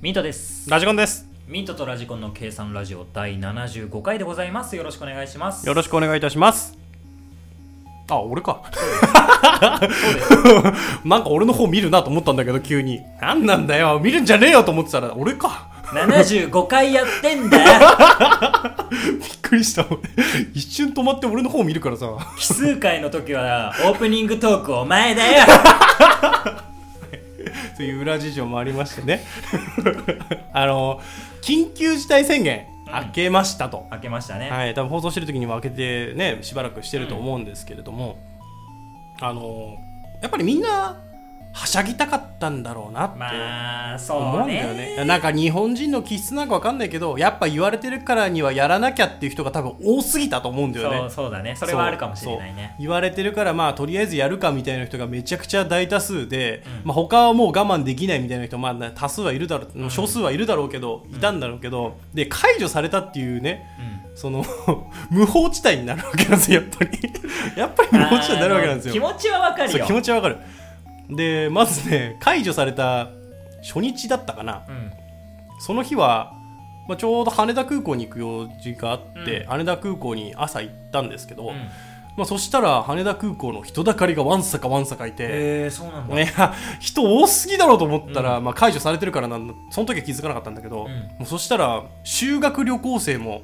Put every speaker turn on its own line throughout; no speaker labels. ミントです
ラジコンです。
ミントとラジコンの計算ラジオ第75回でございますよろしくお願いします
よろしくお願いいたします。あ、俺か。なんか俺の方見るなと思ったんだけど、急に。なんなんだよ、見るんじゃねえよと思ってたら、俺か。
75回やってん だよ
びっくりした。俺一瞬止まって俺の方見るからさ。
奇数回の時はオープニングトークお前だよ
という裏事情もありましてね。 あの、緊急事態宣言、明けましたと。
開けましたね、
はい、多分放送してる時にも開けてねしばらくしてると思うんですけれども、あのやっぱりみんなはしゃぎたかったんだろうなって
まあ
思う
そうん
だ
ね
よねなんか日本人の気質なんかわかんないけどやっぱ言われてるからにはやらなきゃっていう人が多分多すぎたと思うんだよね
そうそうだねそれはあるかもしれない
そう
ね
言われてるからまあとりあえずやるかみたいな人がめちゃくちゃ大多数で、まあ、他はもう我慢できないみたいな人、まあ、多数はいるだろう、少数はいるだろうけど、いたんだろうけどで解除されたっていうね
うん
その 無法地帯になるわけなんですよやっぱり やっぱり無法地帯になるわけなんですよ
あーもう気持ちはわかる
そう
よ
気持ちはわかるでまずね解除された初日だったかな
うん
その日は、まあ、ちょうど羽田空港に行く用事があって、
うん
羽田空港に朝行ったんですけど、
うん
まあ、そしたら羽田空港の人だかりがわんさかわんさかいて、
えー、そうなんだ、
いや人多すぎだろうと思ったら、まあ、解除されてるからなんその時は気づかなかったんだけど、
うん
もうそしたら修学旅行生も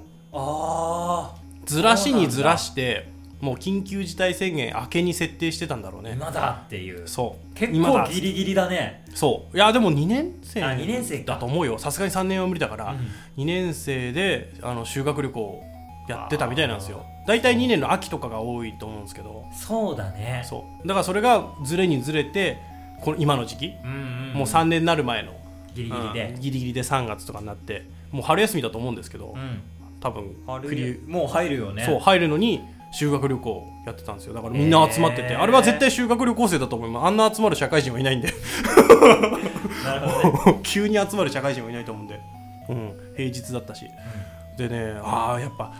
ああ
ずらしにずらしてもう緊急事態宣言明けに設定してたんだろうね
今だっていう
そう
結
今
構
だ
ギリギリだね
そういやでも2年生
あ二年生か
だと思うよさすがに3年は無理だから、
うん
2年生であの修学旅行やってたみたいなんですよ大体2年の秋とかが多いと思うんですけど
そうだね
そうだからそれがずれにずれてこの今の時期、
うんうんん
もう3年になる前の
ギリギリ
う
で
んギリギリで3月とかになってもう春休みだと思うんですけど、
うん
多分
春
クリ
ゆもう入るよね
そう入るのに修学旅行やってたんですよだからみんな集まってて、
へー
あれは絶対修学旅行生だと思いますあんな集まる社会人はいないんで
なる ほどね
急に集まる社会人はいないと思うんで、うん、平日だったしでねああやっぱ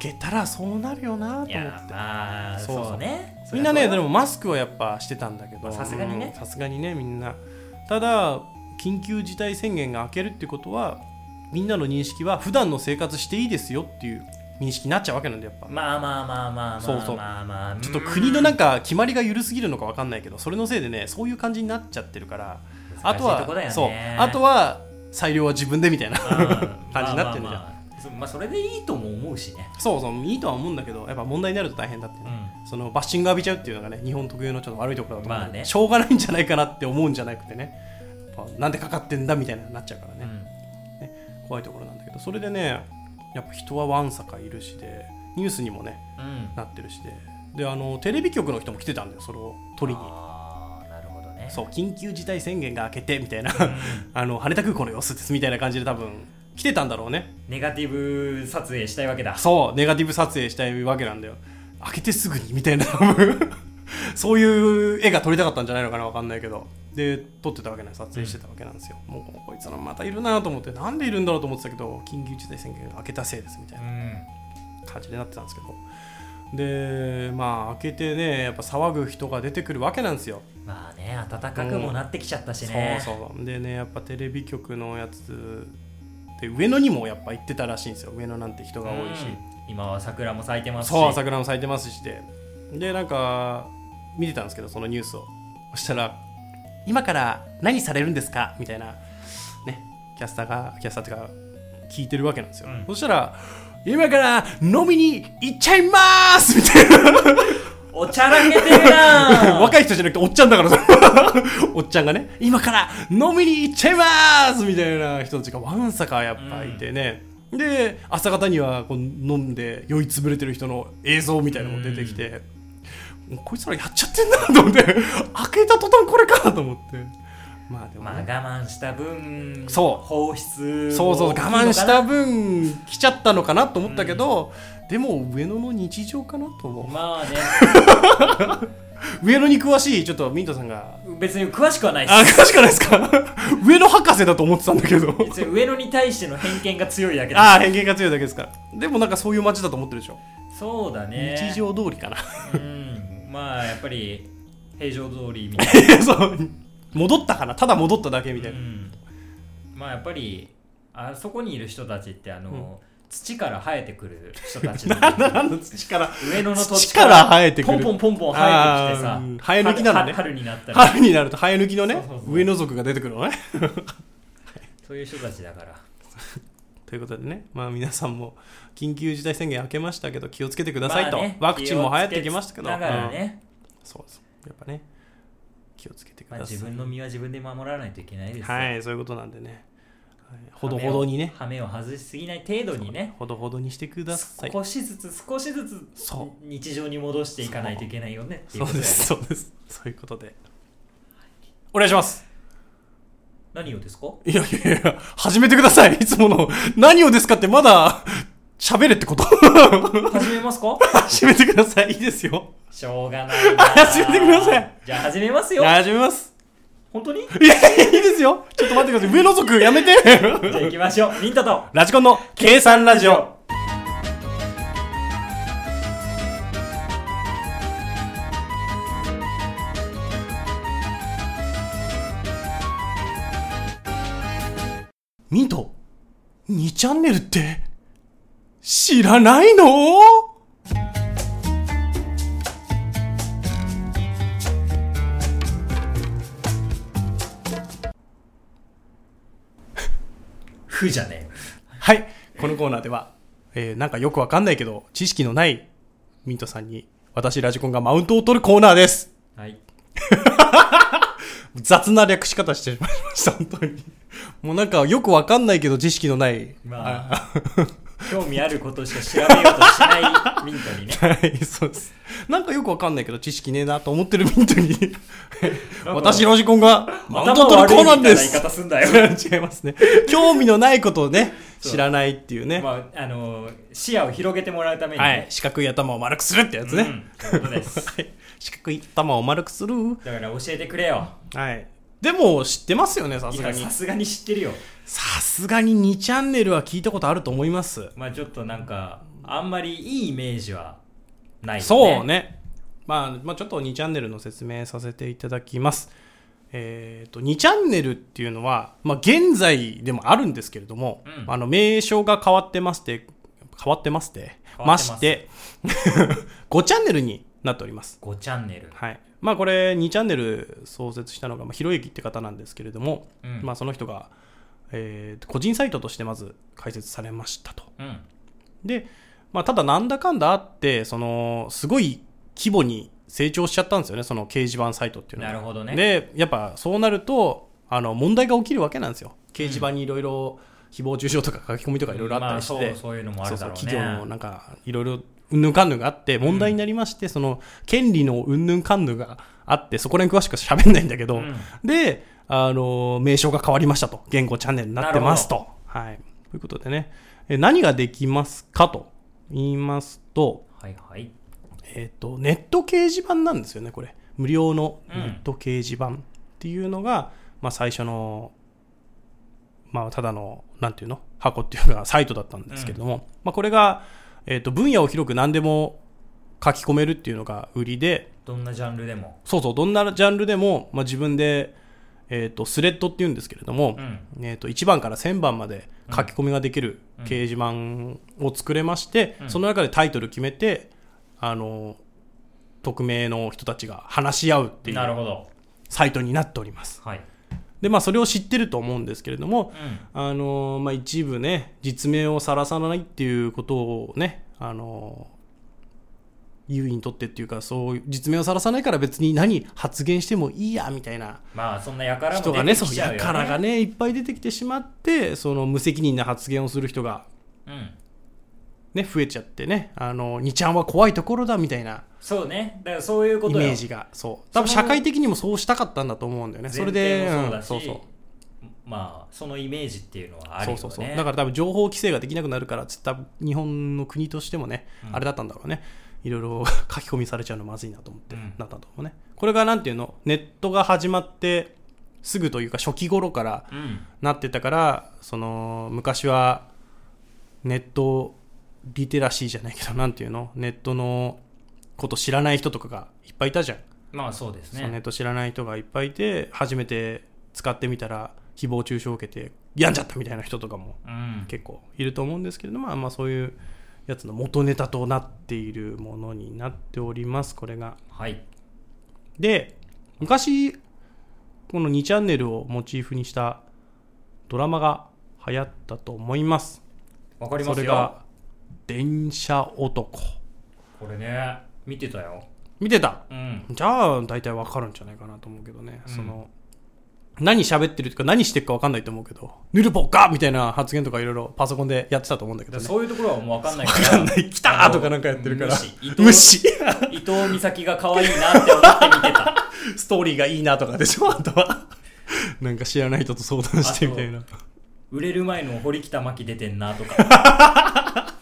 開けたらそうなるよな
うんい
と思っ
や
て。
まあ
そうそう
そうね
みんなね
そりゃ
で
そう
もマスクはやっぱしてたんだけ
ま
ど
あさすがにね
うんさすがにねみんなただ緊急事態宣言が明けるってことはみんなの認識は普段の生活していいですよっていう認識になっちゃうわけなんだよやっぱ、
まあまあまあまあまあ
そうそう
まあまあ
ちょっと国のなんか決まりが緩すぎるのかわかんないけどそれのせいでねそういう感じになっちゃってるからあとは
難しいとこだよね
そうあとは裁量は自分でみたいな 感じになって
る
んじゃん、
ゃんまあそれでいいとも思うしね
そうそういいとは思うんだけどやっぱ問題になると大変だってね、
う
そのバッシング浴びちゃうっていうのがね日本特有のちょっと悪いところだと思うんで、
まあね
しょうがないんじゃないかなって思うんじゃなくてねやっぱなんでかかってんだみたいなになっちゃうから
う
ね、
ん
怖いところなんだけどそれでねやっぱ人はわんさかいるしでニュースにもね
うん
なってるしでであのテレビ局の人も来てたんだよそれを取りに
あーなるほどね
そう緊急事態宣言が明けてみたいな あの羽田空港の様子ですみたいな感じで多分来てたんだろうね
ネガティブ撮影したいわけだ
そうネガティブ撮影したいわけなんだよ開けてすぐにみたいな そういう絵が撮りたかったんじゃないのかなわかんないけどで撮ってたわけない撮影してたわけなんですよ、もうこいつらまたいるなと思ってなんでいるんだろうと思ってたけど緊急事態宣言開けたせいですみたいうなん感じになってたんですけどでまあ開けてねやっぱ騒ぐ人が出てくるわけなんですよ
まあね暖かくもなってきちゃったしね
そうそうでねやっぱテレビ局のやつで上野にもやっぱ行ってたらしいんですよ上野なんて人が多いし、
うん今は桜も咲いてますし
そう桜も咲いてますしででなんか見てたんですけどそのニュースをそしたら「今から何されるんですか?」みたいなねキャスターがキャスターっていうか聞いてるわけなんですよ、
うん
そしたら「今から飲みに行っちゃいます!」みたいな
おちゃらけてる な
若い人じゃなくておっちゃんだからそれ おっちゃんがね「今から飲みに行っちゃいます!」みたいな人たちがわんさかやっぱいてね、で朝方にはこう飲んで酔いつぶれてる人の映像みたいなのも出てきて、もうこいつらやっちゃってんなと思って開けた途端これかと思ってまあでも、
まあ
ね
我慢した分
そう
放出
そうそう
も大
我
きいのかな
慢した分来ちゃったのかなと思ったけど、でも上野の日常かなと思
まあね
う上野に詳しいちょっとミントさんが
別に詳しくはないで
あ、
す
詳しくないですか 上野博士だと思ってたんだけど。
別に上野に対しての偏見が強いだけだ
ああ、偏見が強いだけですから。でもなんかそういう街だと思ってるでしょ。
そうだね
日常通りかな。
うんまあやっぱり平常通りみたい
そう。戻ったかなただ戻っただけみた
な、
いうな。
んまあやっぱりあそこにいる人たちってあの、
うん
土から生えてくる人たちの
なんだなんだ土から
上野の土
土
か
からら生えてく
ポン
る
ポンポンポン生えてきて
あ
さ
ーうん生え抜きなの
春
ね
春春になったら
春になると生え抜きのね
そうそうそう
上の族が出てくるのね
そういう人たちだから
ということでね、まあ、皆さんも緊急事態宣言明けましたけど気をつけてくださいと、
まあね
ワクチンも流行ってきましたけど
気をつけだからね、
うんそうそうやっぱね気をつけてく
まあ、
ださい、
自分の身は自分で守らないといけないですよ
はいそういうことなんでね、はいほどほどにね
羽目を羽目を外しすぎない程度にね
ほどほどにしてください
少しずつ少しずつ
そ
日常に戻していかないといけないよねってい
そうう
こ
で
と
すそうですそういうことでお願いします
何をですか
いやいやいや始めてくださいいつもの何をですかってまだ喋れってこと
始めますか
始めてくださいいいですよ
しょうがないな
始めてください
じゃあ始めます
い
よ
や始めます
本当に
いやいいですよちょっと待ってください上の族やめて
じゃあ行きましょうミントと
ラジコンの計算ラジオミント2チャンネルって知らないの
ふじゃね
はいこのコーナーでは、えーなんかよくわかんないけど知識のないミントさんに私ラジコンがマウントを取るコーナーです
えはい
雑な略し方してしまいました、本当に。もうなんかよくわかんないけど知識のない。
まあ 興味あることしか調べようとしないミントにね
はい、そうです。なんかよくわかんないけど知識ねえなと思ってるミン トに、
なんか
私ロジコンが マウント取るコーナーで
頭悪いみたいな言い
す。
方すんだよ
違い ますね。興味のないことをね、
そう
知らないっていうね。
まああの視野を広げてもらうためにね、
はい、四角い頭を丸くするってやつ
う
ね。
ん、そういうことです
はい、四角い頭を丸くする。
だから教えてくれよ
はい。でも知ってますよね、さ
い
すが
や
に
さ。すがに知ってるよ
さすがに2チャンネルは聞いたことあると思います。
まあちょっとなんかあんまりいいイメージはないよね
そうね、まあ、まあちょっと2チャンネルの説明させていただきますえっ、と2チャンネルっていうのは、まあ、現在でもあるんですけれども、
うん
あの名称が変わってまして変わってまして
変わってま
ますして5チャンネルになっております
5チャンネル
はいまあこれ2チャンネル創設したのが、まあ、ひろゆきって方なんですけれども、
うん
まあその人が、えー個人サイトとしてまず開設されましたと
うん
で、まあ、ただなんだかんだあってそのすごい規模に成長しちゃったんですよねその掲示板サイトっていうの
な
が
るほどね
でやっぱそうなるとあの問題が起きるわけなんですよ掲示板にいろいろ誹謗中傷とか書き込みとかいろいろあったりして、
まあ、そうそういうのもあ
そう
るだ
そう
ろうね
企業のなんかいろいろうんぬんかんぬんがあって問題になりまして、その権利のうんぬんかんぬんがあってそこら辺詳しく喋んないんだけど、
うん
であの名称が変わりましたと言語チャンネルになってますと、はい、ということでねえ何ができますかと言いますと,、
はいはい
えっとネット掲示板なんですよねこれ無料のネット掲示板っていうのが、まあ、最初のまあ、ただの、なんていうの箱っていうか、サイトだったんですけれども、まあ、これが、えっ、と、分野を広く何でも書き込めるっていうのが売りで、
どんなジャンルでも
そうそう、どんなジャンルでも、まあ、自分で、えっ、と、スレッドっていうんですけれども
う、ん
えっ、と、1番から1000番まで書き込みができる
うん
掲示板を作れまして、
うん
その中でタイトル決めて、あの、匿名の人たちが話し合うってい
なる
う
ほど
サイトになっております。
はい
で、まあ、それを知ってると思うんですけれども
う、ん
あのーまあ、一部ね、実名をさらさないっていうことをね、あのー優位にとってっていうか、そういう、実名をさらさないから別に何発言してもいいや、みたいな
まあそんなやから
人
も
が
出
ね、
て
そ
き
う、
ちゃうよ、
や
ね、
からがね、いっぱい出てきてしまって、その無責任な発言をする人が
うん
ね、増えちゃってね、あのー、2ちゃんは怖いところだ、みたいな
そうねだからそういうこ
イ
とよ
メージが、そう。多分社会的にもそうしたかったんだと思うんだよね。それ
前
で、
提もそう
う
だ
ん
し、
そうそう。
まあそのイメージっていうのはあるよ
そう
ね
そうそうだから多分情報規制ができなくなるからつった日本の国としてもね、
うん
あれだったんだろうねいろい ろ書き込みされちゃうのまずいなと思って、
うん
なったと思うねこれがなんていうのネットが始まってすぐというか初期頃から
うん
なってたからその昔はネットリテラシーじゃないけど なんていうのネットのこと知らない人とかがいっぱいいたじゃん
まあそうです
そのネ
ね
ット知らない人がいっぱいいて初めて使ってみたら誹謗中傷を受けて病んじゃったみたいな人とかも
うん
結構いると思うんですけれども、まあ、まあそういうやつの元ネタとなっているものになっておりますこれが
はい
で昔この2チャンネルをモチーフにしたドラマが流行ったと思います
わかりま
そ
す
れ
よ
が「電車男
これね見てたよ」
見てた
うん
じゃあ大体わかるんじゃないかなと思うけどね、
うん
その何喋ってるとか何してるかわかんないと思うけど「ヌルポッカ!」みたいな発言とかいろいろパソコンでやってたと思うんだけ
だか
ど
ら
ね
そういうところはもう分かんないから
わかんない来たーとかなんかやってるから
無視
無視
伊藤美咲が可愛いなって思って見てた
ストーリーがいいなとかでしょあとはなんか知らない人と相談してみたいな
売れる前の堀北真希出てんなとか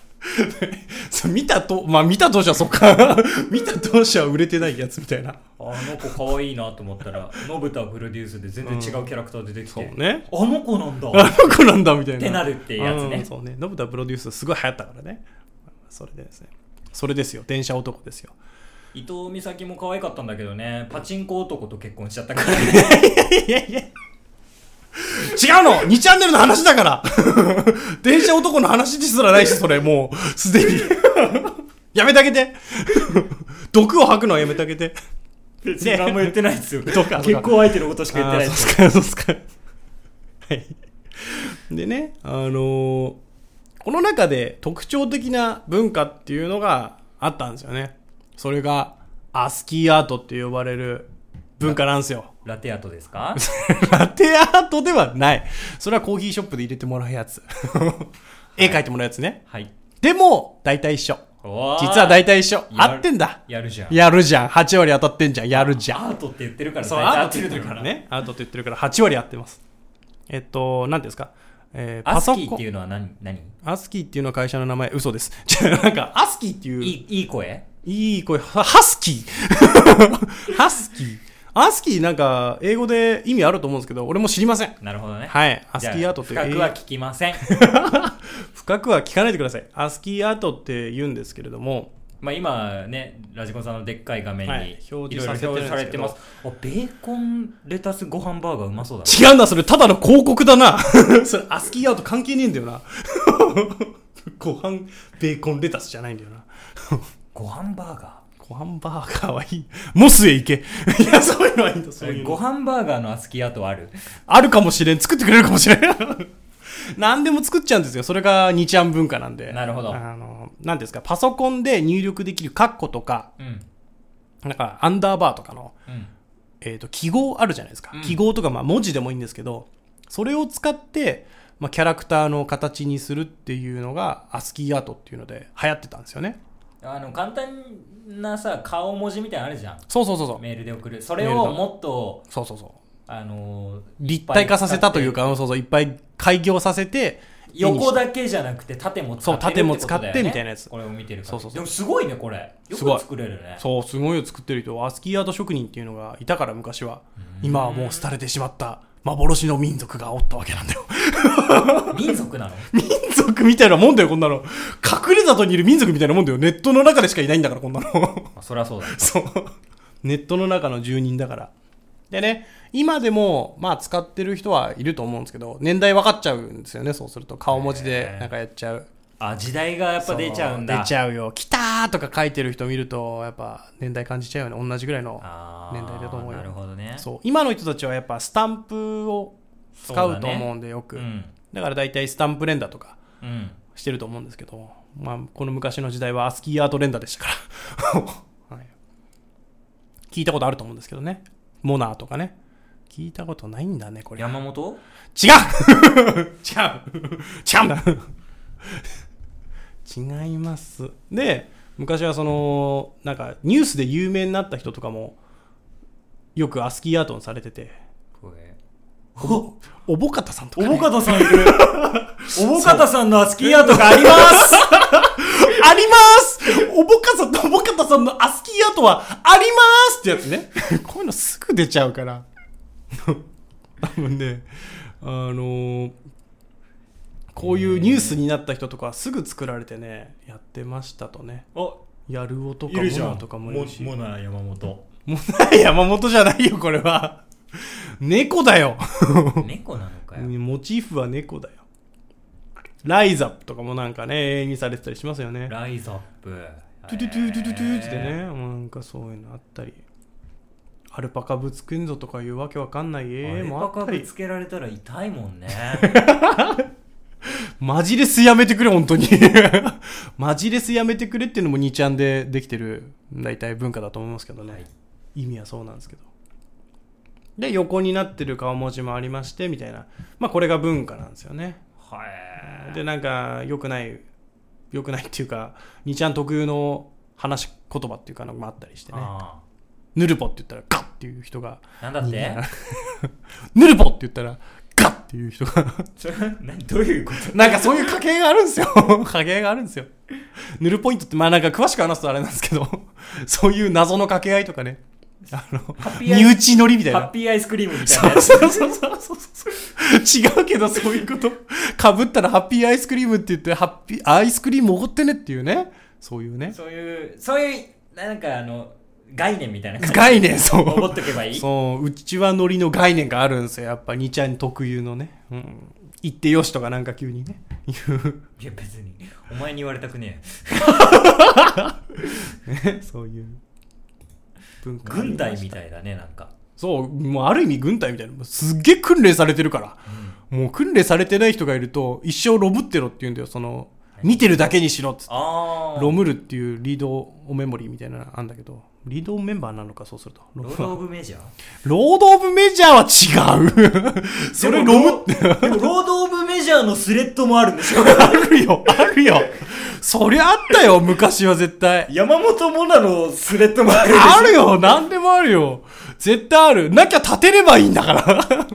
そう見たとまあ見た当初はそっか 見た当初は売れてないやつみたいな
あの子可愛いなと思ったら信田プロデュースで全然違うキャラクター出てきて、
ね
あの子なんだ
あ の子なんだみたいな
ってなるってやつね
うんそうね信田プロデュースすごい流行ったからねそれでですねそれですよ電車男ですよ
伊藤美咲も可愛かったんだけどねパチンコ男と結婚しちゃったからね
いやいや違うの !2 チャンネルの話だから 電車男の話ですらないし、それ、もう、すでに。やめてあげて毒を吐くのはやめてあげて。
別に何も言ってない ですよ
とか
結婚相手のことしか言ってない
あ
です
ーそうっすか、そうっすか。はい。でね、あのーこの中で特徴的な文化っていうのがあったんですよね。それが、アスキーアートって呼ばれる文化なんで すよ。
ラテアートですか
ラテアートではない。それはコーヒーショップで入れてもらうやつ。絵描いてもらうやつね。
はい
でも、大体一緒。
おー
実は大体一緒。
やる
合ってんだ。
やるじゃん
やるじゃん。8割当たってんじゃん。やるじゃん。
アートって言ってるから
そう、
大体合
アートって言ってるから
ね
ね。アートって言ってるから、8割合ってます。えっと、何ですかえー
ア
パ
ス
ソ
キーっ
コ
て
ン。
いうのは何何
アスキーっていうのは会社の名前、嘘です。 じゃあなんか、アスキーっていう、
い
い
いいい声
い声、ハハスキー。 ハスキー。アスキーなんか、英語で意味あると思うんですけど、俺も知りません。
なるほどね
はい。アス
じゃあ
キーアートっていう
深くは聞きま せん
深くは聞かないでください。アスキーアートって言うんですけれども、
まあ今ねラジコンさんのでっかい画面
は
に
い
いろいろ
表示させてるん
表
ですけど
示されてますあベーコンレタスご飯バーガーうまそうだね
違うんだ、それただの広告だな。 それアスキーアート関係ねえんだよな。 ご飯、ベーコンレタスじゃないんだよな。
ご飯バーガ
ご飯バーガーはいい。モスへ行け。いや、そういうのはいいんだ、そうい
ー
う
ご
の。
飯バーガーのアスキーアートはある
あるかもしれん。作ってくれるかもしれん。何でも作っちゃうんですよ。それが2ちゃん文化なんで。
なるほど
あの、何ですか、パソコンで入力できるカッコとか、
うん
なんか、アンダーバーとかの、
うん
えー、と記号あるじゃないですか、
うん
記号とかまあ文字でもいいんですけどそれを使って、まあ、キャラクターの形にするっていうのがアスキーアートっていうので流行ってたんですよね
あの簡単なさ顔文字みたいなのあるじゃん
そうそうそうそう
メールで送るそれ
メール
を
だ
もっと
そうそうそう
あのー
立体化させたというかうんそうそういっぱい開業させて
横
だ
だけじゃなくて縦も使って
そう縦も
ることだよ
使って
ね
みたいなやつ
これを見てるから
そうそうそう
でもすごいねこれよ
すごい
く作れるね
そうすごいを作ってる人アスキーアート職人っていうのがいたから昔は今はもう廃れてしまった幻の民族がおったわけなんだよ
民族なの
民族みたいなもんだよこんなの隠れ里にいる民族みたいなもんだよネットの中でしかいないんだからこんなの
あそりゃそうだ
そう。ネットの中の住人だから。でね、今でも、まあ、使ってる人はいると思うんですけど、年代分かっちゃうんですよね、そうすると。顔文字で
へ、ー
なんかやっちゃう。
あ時代がやっぱ出ちゃうんだ
そ出ちゃうよ。来たーとか書いてる人見ると、やっぱ、年代感じちゃうよね。同じぐらいの。
あー
年代だと思うよ
なるほどね
そう。今の人たちはやっぱ、スタンプを使うと思うんで、よく。
う
だ
ん
から大体、スタンプ連打とか
うん
してると思うんですけど、まあ、この昔の時代は、アスキーアート連打でしたから。 はい聞いたことあると思うんですけどね。モナーとかね。聞いたことないんだね、これ。違う
山本
違う 違うんだ 違います。で、昔はその、なんか、ニュースで有名になった人とかも、よくアスキーアートにされてて、
これ
おおぼかたさんと
お
か、
ぼ
ね。
かたさんいる おぼかたさんのアスキーアートがあります
ありますおぼかさんとおぼかたさんのアスキーアートはありますってやつね。 こういうのすぐ出ちゃうから。多分ね、あのーこういうニュースになった人とかはすぐ作られてね、やってましたとね。
あ
やるおとか
いるじゃ
モ
ん
ナとかもいるし。
モナ山本
モナ山本じゃないよ、これは。猫だよ
猫なのかよ
モチーフは猫だよライザップとかもなんかね永遠にされてたりしますよね
ライズアップ
トゥトゥトゥトゥトゥトゥって
へ
ねもうなんかそういうのあったりアルパカぶつくんぞとかいうわけわかんない
え
絵
ー、
もあ
アルパ
った
カぶ
り
つけられたら痛いもんね
マジレスやめてくれ本当に マジレスやめてくれっていうのも2ちゃんでできてる大体文化だと思いますけどね、
はい
意味はそうなんですけどで横になってる顔文字もありましてみたいなまあこれが文化なんですよね
はい
でなんか良くない良くないっていうか2ちゃん特有の話し言葉っていうかのもあったりしてね
あ
ヌルポって言ったらガッっていう人が
あなんだって
ヌルポって言ったらガッっていう人が
それ何どういうこと
なんかそういう家系があるんですよ。 家系があるんですよ。ヌルポイントって、まあなんか詳しく話すとあれなんですけど、 そういう謎の掛け合いとかね。あの、
ハッピーアイ
身内乗りみたい
ハッ
な。
ピーアイスクリームみたいな
そ
や
う
つ
そうそうそうそうそう。違うけどそういうこと。かぶったらハッピーアイスクリームって言って、ハッピー、アイスクリームおごってねっていうね。そういうね。
そういうそういうなんかあの概念みたいな感じ
概念、そ
思
う。
っとけばいい
そう、うちはノリの概念があるんですよ。やっぱ、にちゃん特有のね。うん。言ってよしとかなんか急にね。 言う。
いや別にお前に言われたくねえ
ね、そういう文化
軍隊み
い
たいだねなんか
そうもうある意味軍隊みたいなもうすっげえ訓練されてるから、もう訓練されてない人がいると一生ロブってろって言うんだよその見てるだけにしろっつって
ああ
ロムルっていうリードオメモリーみたいなのあんだけどリードメンバーなのかそうするとロ
ロ
ム
ード・オブ・メジャー
ロード・オブ・メジャーは違う それロムって
ってでもロード・オブ・メジャーのスレッドもあるんでしょ
あるよあるよそりゃあったよ昔は絶対
山本モナのスレッドもあるんでしょ
あるよ何でもあるよ絶対あるなきゃ立てればいいんだから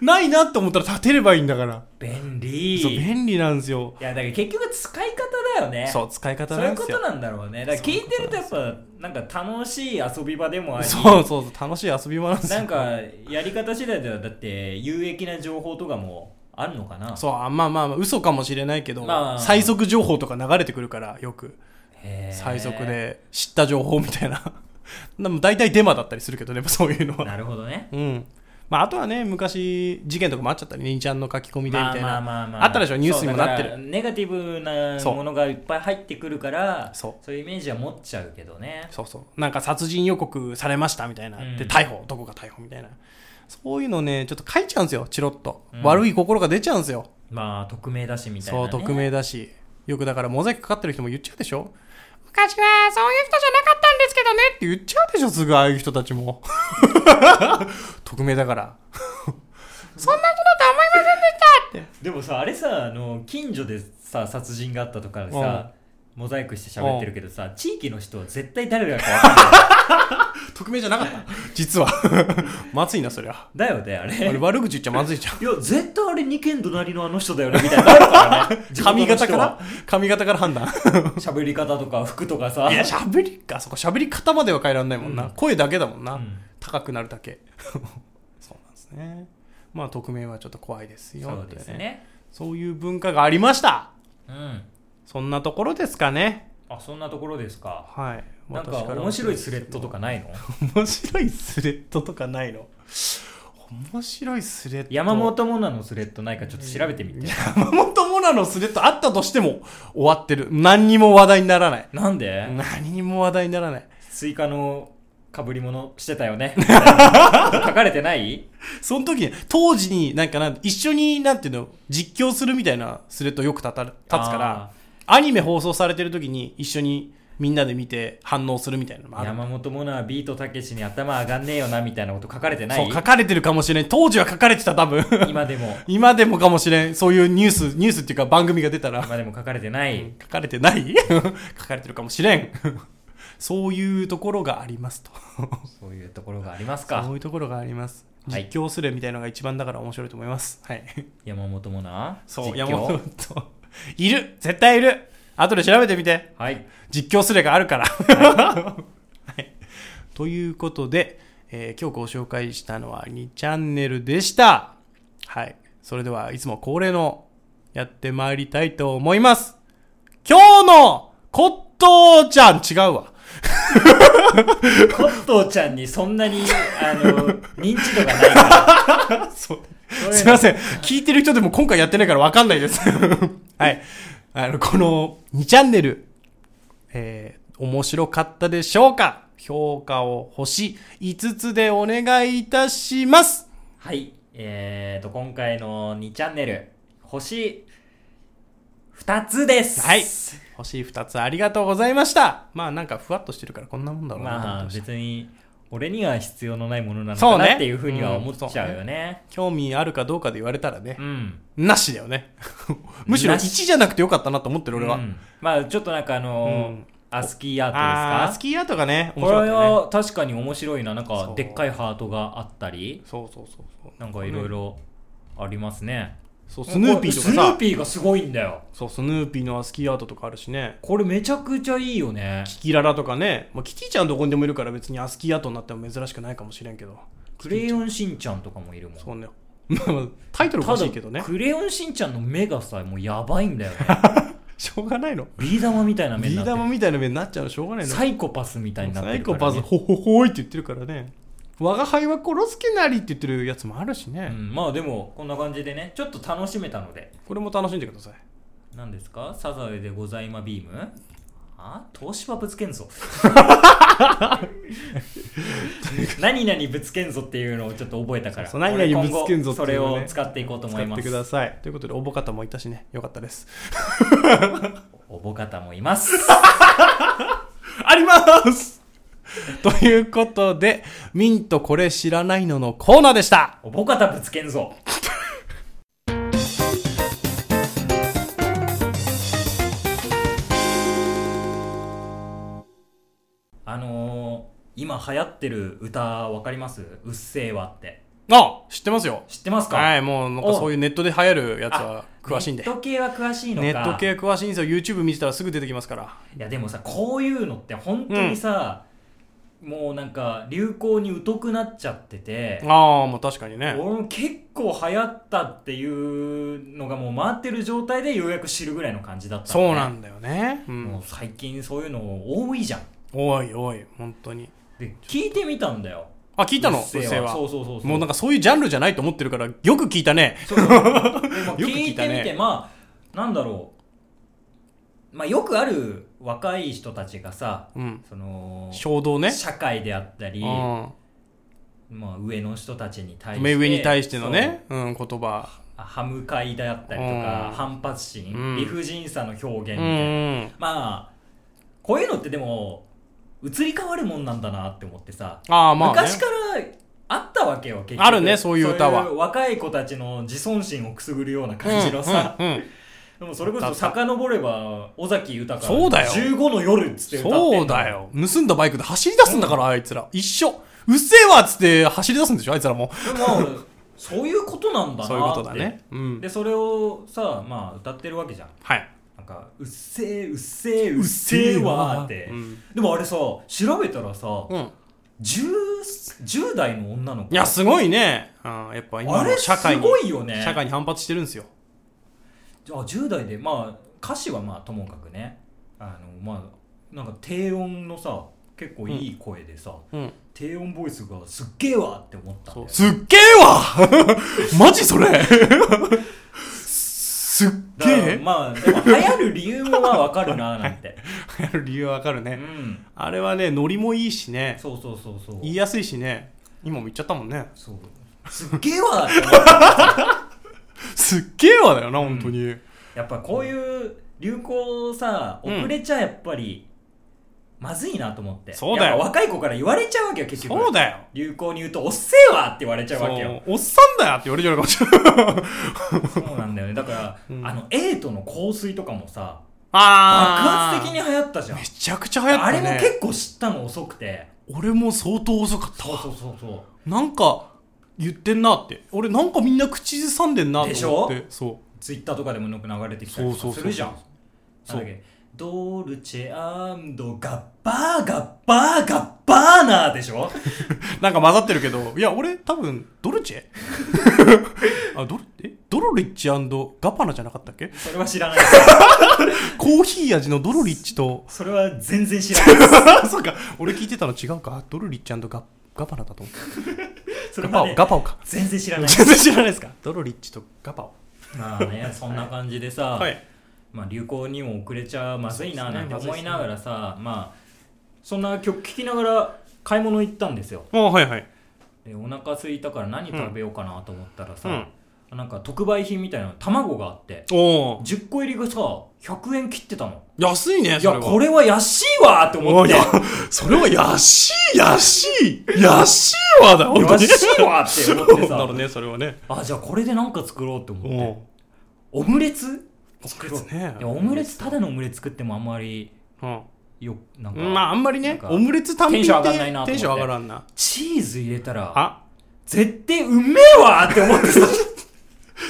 ないなって思ったら立てればいいんだから
便利
そう便利なんですよ
いやだから結局使い方だよね
そう使い方
そう
ないん
う
で
こ
す
と
よ
なんだろうねだから聞いてるとやっぱなんか楽しい遊び場でもあり
そうそうそう楽しい遊び場なんですよ
なんかやり方次第ではだって有益な情報とかもあるのかな
そうあまあまあまあ嘘かもしれないけど、
まあ
最速情報とか流れてくるからよく
へー
最速で知った情報みたいな でも大体デマだったりするけどねそういうのは
なるほどね
うんまあ、あとはね昔事件とかもあっちゃったり兄ちゃんの書き込みでみ
まあ
たい
まあ
な
まあまあ
あったでしょニュースにもなってる
そうだからネガティブな
そう
ものがいっぱい入ってくるから
そう
いうイメージは持っちゃうけどね
そうそうなんか殺人予告されましたみたいな、
うん
で逮捕どこが逮捕みたいなそういうのねちょっと書いちゃうんですよチロッと、
うん
悪い心が出ちゃうんですよ、
まあ匿名だしみたいな、
そ
ね、
う匿名だしよくだからモザイクかかってる人も言っちゃうでしょ昔はそういう人じゃなかったんですけどねって言っちゃうでしょすぐああいう人たちも 匿名だからそんなことだと思いませんでしたっ
でもさあれさあの近所でさ殺人があったとかでさ、モザイクして喋ってるけどさ、地域の人は絶対誰だか分かんない
て匿名じゃなかった実は まずいなそりゃ
だよねあれ
あれ悪口言っちゃまずいじゃん
いや絶対あれ2軒隣のあの人だよねみたいになるから ね
髪型から髪型から判断
喋り方とか服とかさ
いや、喋りか、そこ喋り方までは変えられないもんな。
うん
声だけだもんな。
うん
高くなるだけ。 そうなんですね。まあ、匿名はちょっと怖いですよ。
そうです
ってね。
ね
そういう文化がありました。
うん
そんなところですかね。
あそんなところですか
はい。
なんか
私らは
面白いスレッドとか。ないの
面白いスレッドとかないの面白いスレッド。
山本モナのスレッドないかちょっと調べてみて
山本モナのスレッドあったとしても終わってる。何にも話題にならない。
なんで
何にも話題にならない。
スイカの被り物してたよ ねみたいな書かれてない
その時に、当時になんかなん、一緒になんていうの、実況するみたいなスレッドよく立た立つから、アニメ放送されてる時に一緒にみんなで見て反応するみたいなのもある。
山本モナはビートたけしに頭上がんねえよなみたいなこと書かれてな
そう、
い
書かれてるかもしれん。当時は書かれてた、多 分。
今でも
今でもかもしれん。そういうニュース、ニュースっていうか番組が出たら、
今でも書かれてない
書かれてない 書かれてるかもしれん。そういうところがありますと。
そういうところがあります
そ
か
ういうところがあります。
はい
実況するみたいなのが一番だから面白いと思います。はい。
山本もな
そう、
実況
山本と。いる絶対いる後で調べてみて
はい
実況すれがあるから、はいということで、えー今日ご紹介したのは2チャンネルでした。はい。それではいつも恒例のやってまいりたいと思います。今日の骨董ちゃん違うわ。
コットーちゃんにそんなにあの認知度がないか
そう
ら
すいません。聞いてる人でも今回やってないから分かんないです。 はい。あの、この2チャンネル、えー、面白かったでしょうか評価を星5つでお願いいたします。
はいえー、と今回の2チャンネル星2つです
はい。星2つありがとうございました。まあなんかふわっとしてるからこんなもんだろうなと思っ
ま
て
あ
ました。
別に俺には必要のないものなの
そ
か
うね
なっていうふうには思っちゃうよね
興味あるかどうかで言われたらね
う、ん
なしだよね。 むしろ1
なし
じゃなくてよかったなと思ってる俺は。
うんまあちょっとなんかあのー
うん
アスキーアートですか
あー、スキーアートがね、面
こ
白かっ
れ
たよね。
は確かに面白いななん
そ
か
う
でっかいハートがあったり
そうそうそうそう。
なんかいろいろありますね
そう、スヌーピーとか
スヌ
さ
ー、ピーがすごいんだよ
そう、スヌーピーのアスキーアートとかあるしね。
これめちゃくちゃいいよね
キキララとかね、まあ、キティちゃんどこにでもいるから別にアスキーアートになっても珍しくないかもしれんけど。
クレヨンしんちゃんとかもいるもん
そうね。 まあまあタイトル
た
欲し
だ
いけどね。
クレヨンしんちゃんの目がさもうやばいんだよね
しょうがないの。
ビー玉みたいな目に
ビ
な
ー
って
玉
る
みたいな目になっちゃうのしょうがないの。
サイコパスみたいになって
最
るか
後
ら、ね、
パズ、ほほほいって言ってるからね。我が輩は殺す気なりって言ってるやつもあるし
う
ね。
ん、まあでもこんな感じでねちょっと楽しめたので
これも楽しんでください。
何ですかサザエでございまビームあ東芝ぶつけんぞ 何々ぶつけんぞっていうのをちょっと覚えたから
そうそう何々ぶつけんぞっ
ってて
い
いうう、ね、そ
ね
れを使っていこうと思
使
い
っ
ま
てく
す
ださい。ということで、応募方もいたしね、よかったです。
おぼかたもいます
あります ということで、ミントこれ知らないののコーナーでした。
おぼかたぶつけんぞあのー、今流行ってる歌わかりますうっせぇわって
あ知ってますよ。
知ってますか
はい、もうなんかそういうネットで流行るやつは詳しいんで
ネ。ット系は詳しいのか
ネット系詳しいんですよ。YouTube 見てたらすぐ出てきますから。
いやでもさこういうのって本当にさ、もうなんか流行に疎くなっちゃってて
ああ、もう確かにね。
俺も結構流行ったっていうのがもう回ってる状態でようやく知るぐらいの感じだったのね、
そうなんだよね。う。
もうん最近そういうの多いじゃん
おいおい、本当に。
で聞いてみたんだよ
あ、聞いたの
うっせ
う
ぇ
っ
わ
せぇは。
そうそうそうそう
もうなんかそういうジャンルじゃないと思ってるから、よく聞いたね。
そうそう でまあ
よく聞
聞
い
い
た
て
ね
みて、まあなんだろうまあよくある若い人たちがさ
うん。
その
衝動ね。
社会であったり、
うん。
まあ、上の人たちに対して
目上に対してのね、うん、言葉。
そう歯向かいであったりと
う
か
ん
反発心、
うん
理不尽さの表現みた
う
い
ん
な、
うん。
まあこういうのってでも移り変わるもんなんだなって思ってさ、
ああ、まあ、ね。
昔からあったわけよ結局
あるねそういう歌は
そういう若い子たちの自尊心をくすぐるような感じのさ、
うんうんうん
でもそれこそ遡れば尾崎豊が
そうだよ
15の夜」っつって歌ってんの
そうだよ。盗んだバイクで走り出すんだから、あいつら。一緒。うっせぇわっつって走り出すんでしょあいつらも。
でもそういうことなんだなって
そういうことだね。うん。
でそれをさまあ歌ってるわけじゃん
はい。
なんか「うっせーうっせーうっせーわ」って、
うん
でもあれさ調べたらさ、
うん。
10, 10代の女の子
いや、すごいね。うん。やっぱ今
あ
の
れ
社会
す
に、
ごいよね
社会に反発してるんですよ。
あ10代でまあ歌詞はまあともかくねあのまあなんか低音のさ結構いい声でさ、
うん。
低音ボイスがすっげえわって思ったんだ
そ
よ
うすっげえわ マジそれすっ
だ
げ
から
え
まあでも流行る理由もまあわかるななん て
流行る理由わかる
う
ね。
ん
あれはね、ノリもいいしね。
そうそうそうそう
言いやすいしね。今も言っちゃったもんね。
そうすっげえわって思った
すっげえわだよな、本当に。
やっぱこういう流行さ
うん
遅れちゃやっぱりまずいなと思って、
そうだ
や
よ
っぱ若い子から言われちゃうわけよ結局
そうだよ。
流行に言うと「おっせえわ!」って言われちゃうわけよ
そうおっさんだよって言われちゃうかもしれない。
そうなんだよねだから、
うん
あのエイトの香水とかもさ爆
あ
発的に流行ったじゃん、
めちゃくちゃ流行った
あ
ね
れも結構知ったの遅くて
俺も相当遅かった
そう
わ
そうそうそう
なんか言ってんなって俺なんかみんな口ずさんでんなと思ってそ
ツイッターとかでもよく流れてきたり
そうそ
と
う
かす
そう
るじゃん
そう
なんだっけドルチェガッバーガッバーガッバガーナーでしょ
なんか混ざってるけど、いや、俺、多分、ドルチェ あ、ドル、えドロリッチガパナじゃなかったっけ
それは知らないです。
コーヒー味のドロリッチと、
それは全然知らないです。
そうか、俺聞いてたの違うか。ドルリッチガガパナだと思う。
それ
ガパ
は、
オ、
ね、
ガパオか。
全然知らないで す。
全然知らないですか。ドロリッチとガパオ。
まあね、そんな感じでさ、
はい。
まあ、流行にも遅れちゃまずいななんて
そうですね
思いながらさ、まあそんな曲聴きながら買い物行ったんですよ
あはいはい。
でお腹空いたから何食べようかなと思ったら
う
さ
ん、。
なんか特売品みたいな卵があって
おお。
10個入りがさ100円切ってたの
安いね、
い
そ
や
れは。
これは安いわーって思
お
っ
い
て
やそれは安い、安い、安いわだ、本当に。
安いわって思って
そうな
さ
るね、それはね。
あじゃあこれで何か作ろうって
お
思って
お。
オムレツ
それね
いやオムレツただのオムレツ作ってもあんまり
うん。
よなんか、
まああんまり
な
ね
んか
オムレツ単品って
テンション上がんないなと思って
テンション上がらんな
チーズ入れたら
あ
絶対うめえわーって思 ってさ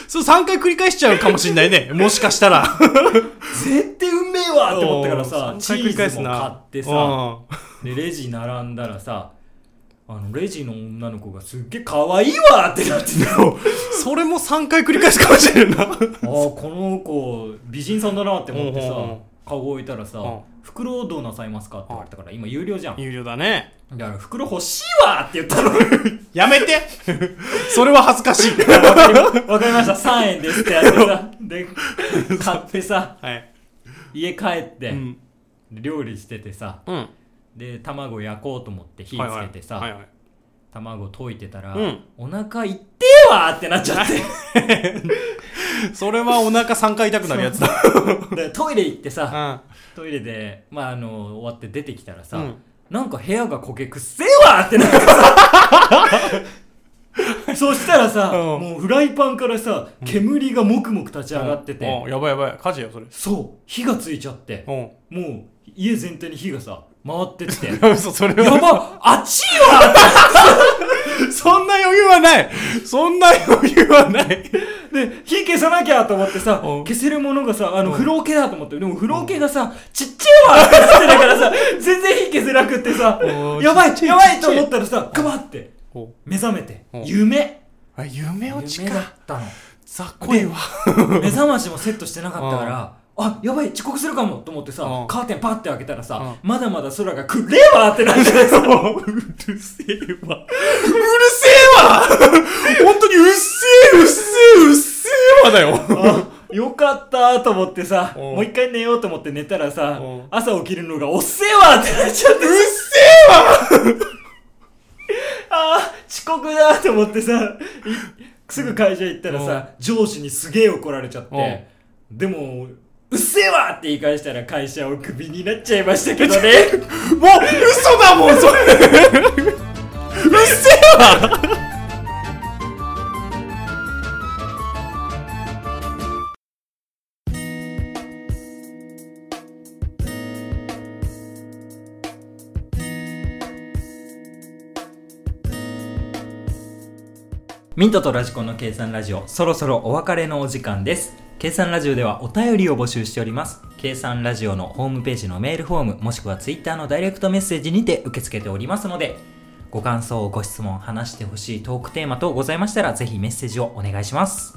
そう3回繰り返しちゃうかもしんな いねもしかしたら
絶対うめえわって思ったからさ
うん
チ
三回繰り返
ーズ
す
も
な
買ってさでレジ並んだらさあのレジの女の子がすっげえ可愛いわってなっててあ
うんそれも3回繰り返すかもしれんな
あこの子美人さんだなって思ってさ
うんうんうん
顔を置いたらさ
うん
「袋どうなさいますか?」って言われたから今有料じゃん
有料だね
だから「袋欲しいわ!」って言った の
やめて それは恥ずかしい
わかりました3円ですってやってさで買ってさ
はい
家帰って
うん
料理しててさ
うん
で卵焼こうと思って火つ
はいは
け
い
てさ、
はいはい
卵溶いてたら、
うん
お腹いってえわーってなっちゃって
それはお腹3回痛くなるや つだ
でトイレ行って
う
さ
ん
トイレで、まあ、あの終わって出てきたらさ、
うん
なんか部屋が焦げくっせえわーってなって さそしたらさ、
うん
もうフライパンからさ煙がもくもく立ち上がってて、
うんやばいやばい火事よそれ
そう火がついちゃって、
う
もう家全体に火がさ回ってって
ん嘘それ
や
は
ばあっちいわーって
そんな余裕はないそんな余裕はない
で、火消さなきゃと思ってさ、
うん
消せるものがさ、あの、
うん
風呂桶だと思って、でも風呂桶がさ、ちっちゃいわって言ってたからさ、 全然火消せなくってさ
う、ん
やば
ちっち
い、
ゃい
やばいと思ったらさ、ガバって、
お
目覚めて
うん、
夢。
あ夢落ち
夢だ
か
ったの。
雑魚いわ
目覚ましもセットしてなかったから、あ、やばい、遅刻するかもと思って
う
さ
ん、
カーテンパッて開けたらさ、
う
まだまだ空がくれわってなってたさ、
うるせえわ。うるせえわ 本当にうっせえ、うっせえ、うっせえわだよ。
あ よかったと思ってさ、
うん
もう一回寝ようと思って寝たらさ
うん、
朝起きるのがおっせえわってなっちゃってさ
うっせえわ
ああ遅刻だと思ってさいすぐ会社行ったらさ、上司にすげえ怒られちゃって、でも「うっせえわ!」って言い返したら会社をクビになっちゃいましたけど ね
もう嘘だもん、それ。 うっせえわ
ミントとラジコンの計算ラジオそろそろお別れのお時間です計算ラジオではお便りを募集しております計算ラジオのホームページのメールフォームもしくはツイッターのダイレクトメッセージにて受け付けておりますのでご感想ご質問話してほしいトークテーマ等ございましたらぜひメッセージをお願いします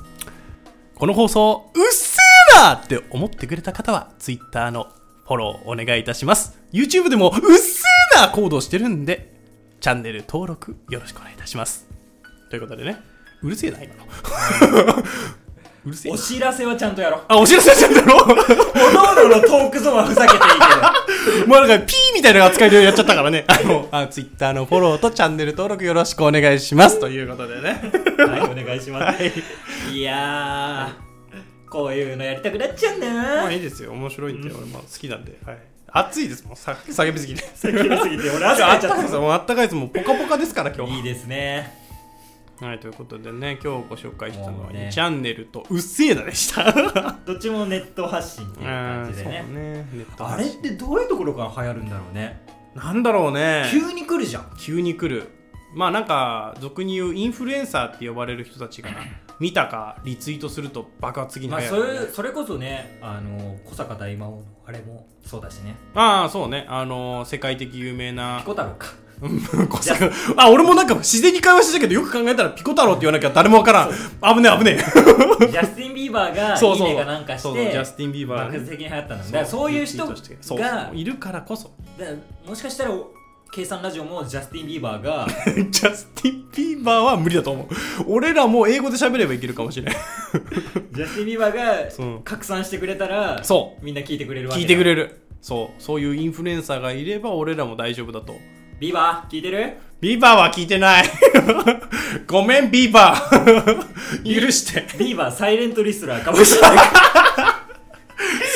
この放送、うっせえわって思ってくれた方は、Twitter のフォローお願いいたします。YouTube でも、うっせえな行動してるんで、チャンネル登録よろしくお願いいたします。ということでね、うるせえな、今の。 うるせえ
お。知らせはちゃんとやろう
あ、お知らせちゃった の
おのおののトークゾーンはふざけていいけ
もうなんか、ピーみたいな扱いでやっちゃったからね。あの、あツイッターのフォローとチャンネル登録よろしくお願いします。ということでね。
ど。 はい、お願いします。い、やー、こういうのやりたくなっちゃう
ま
な
あ
ー。
いいですよ。面白いんで、俺も好きなんで。はい。暑いですもん。さ叫びすぎて。
叫びすぎて、俺汗
あ
か
っ
いち
た
ゃ
か
っ
いですもうあったかいですもん。ポカポカですから、
た。
今
い
日。
いですね。
はい、ということでね、今日ご紹介したの
も
は、
うね
チャンネルと、 うっせえだでした。
どっちもネット発信っていう感じでね
うん。そうね。ネット
あ
発
れっ
信
てどういうところから流行るんだろうね。
なんだろうね。
急に来るじゃん。
急に来るまあなんか俗に言うインフルエンサーって呼ばれる人た ちが見たかリツイートすると爆発的に
まあ、
流行
そ
る、ね
れそれこそね、あの小坂大魔王のあれもそうだしね、
ああそうねあのー世界的有名な
ピコ太郎か。
うん小坂あ俺もなんか自然に会話してたけどよく考えたらピコ太郎って言わなきゃ誰もわからん危ねえ危 ね
ジャスティン・ビーバーが
そうそう
いいねがなんかして
そうジャスティンビーバー
漠然的に流行ったんだだからそういう人が
そうそういるからこ そ
だからもしかしたらお計算ラジオもジャスティン・ビーバー が
ジャスティン・ビーバーは無理だと思う俺らもう英語で喋ればいけるかもし れない
ジャスティン・ビーバー
そ
が
う
拡散してくれたら
そ
みんな聞いてくれるわけ
聞いてく
る
れるそうそういうインフルエンサーがいれば俺らも大丈夫だと
ビーバー聞いてる
ビーバーは聞いてない ごめんビー バー許して
ビーバーサイレントリストラーかもしれない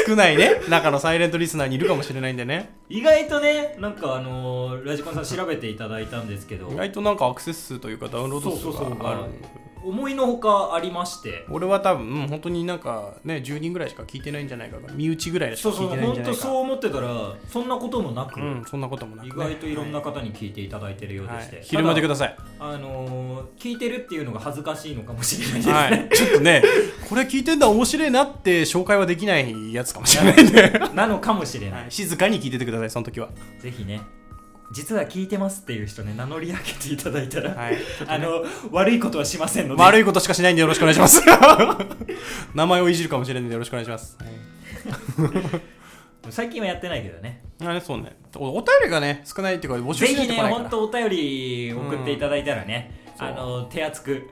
少ないね中のサイレントリスナーにいるかもしれないんでね
意外とねなんかあのーラジコンさん調べていただいたんですけど
意外となんかアクセス数というかダウンロード数がある
思いのほかありまして
俺は多分、うん、本当になんかね10人ぐらいしか聞いてないんじゃないかが身内ぐらいしか
そうそ
聞いうてないんじ
本
ゃな
当
い
そう
か
思ってたらそんなこともなく、
うんそんなこともなく、
意
ね、
外といろんな方に聞いていただいてるようでして、
はい、昼間でください
あのー聞いてるっていうのが恥ずかしいのかもしれないですね、
はい、 ちょっとね、これ聞いてんだ、面白いなって紹介はできないやつかもしれないんで、
なのかもしれない、
はい静かに聞いててください、その時は。
ぜひね実は聞いてますっていう人ね名乗り上げていただいたら、
はい、
あの悪いことはしませんので
悪いことしかしないんでよろしくお願いし ます。名前をいじるかもしれないんでよろしくお願いします。
最近はやってないけどね
あれそうねお、お便りがね、少ないっていうか、募集
ぜ
しな
ひ
いと
ね
こないから。
本当お便り送っていただいたらね、
そう
あの手厚く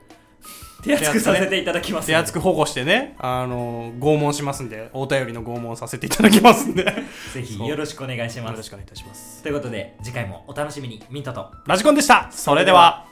手厚くさせていただきます
手厚く保護してね、あの、拷問しますんで、お便りの拷問をさせていただきますんで、よ
ぜひよろしくお願いしま
ろ
す
しくお願いいたします。
ということで次回もお楽しみにミントと
ラジコンでしたそれでは。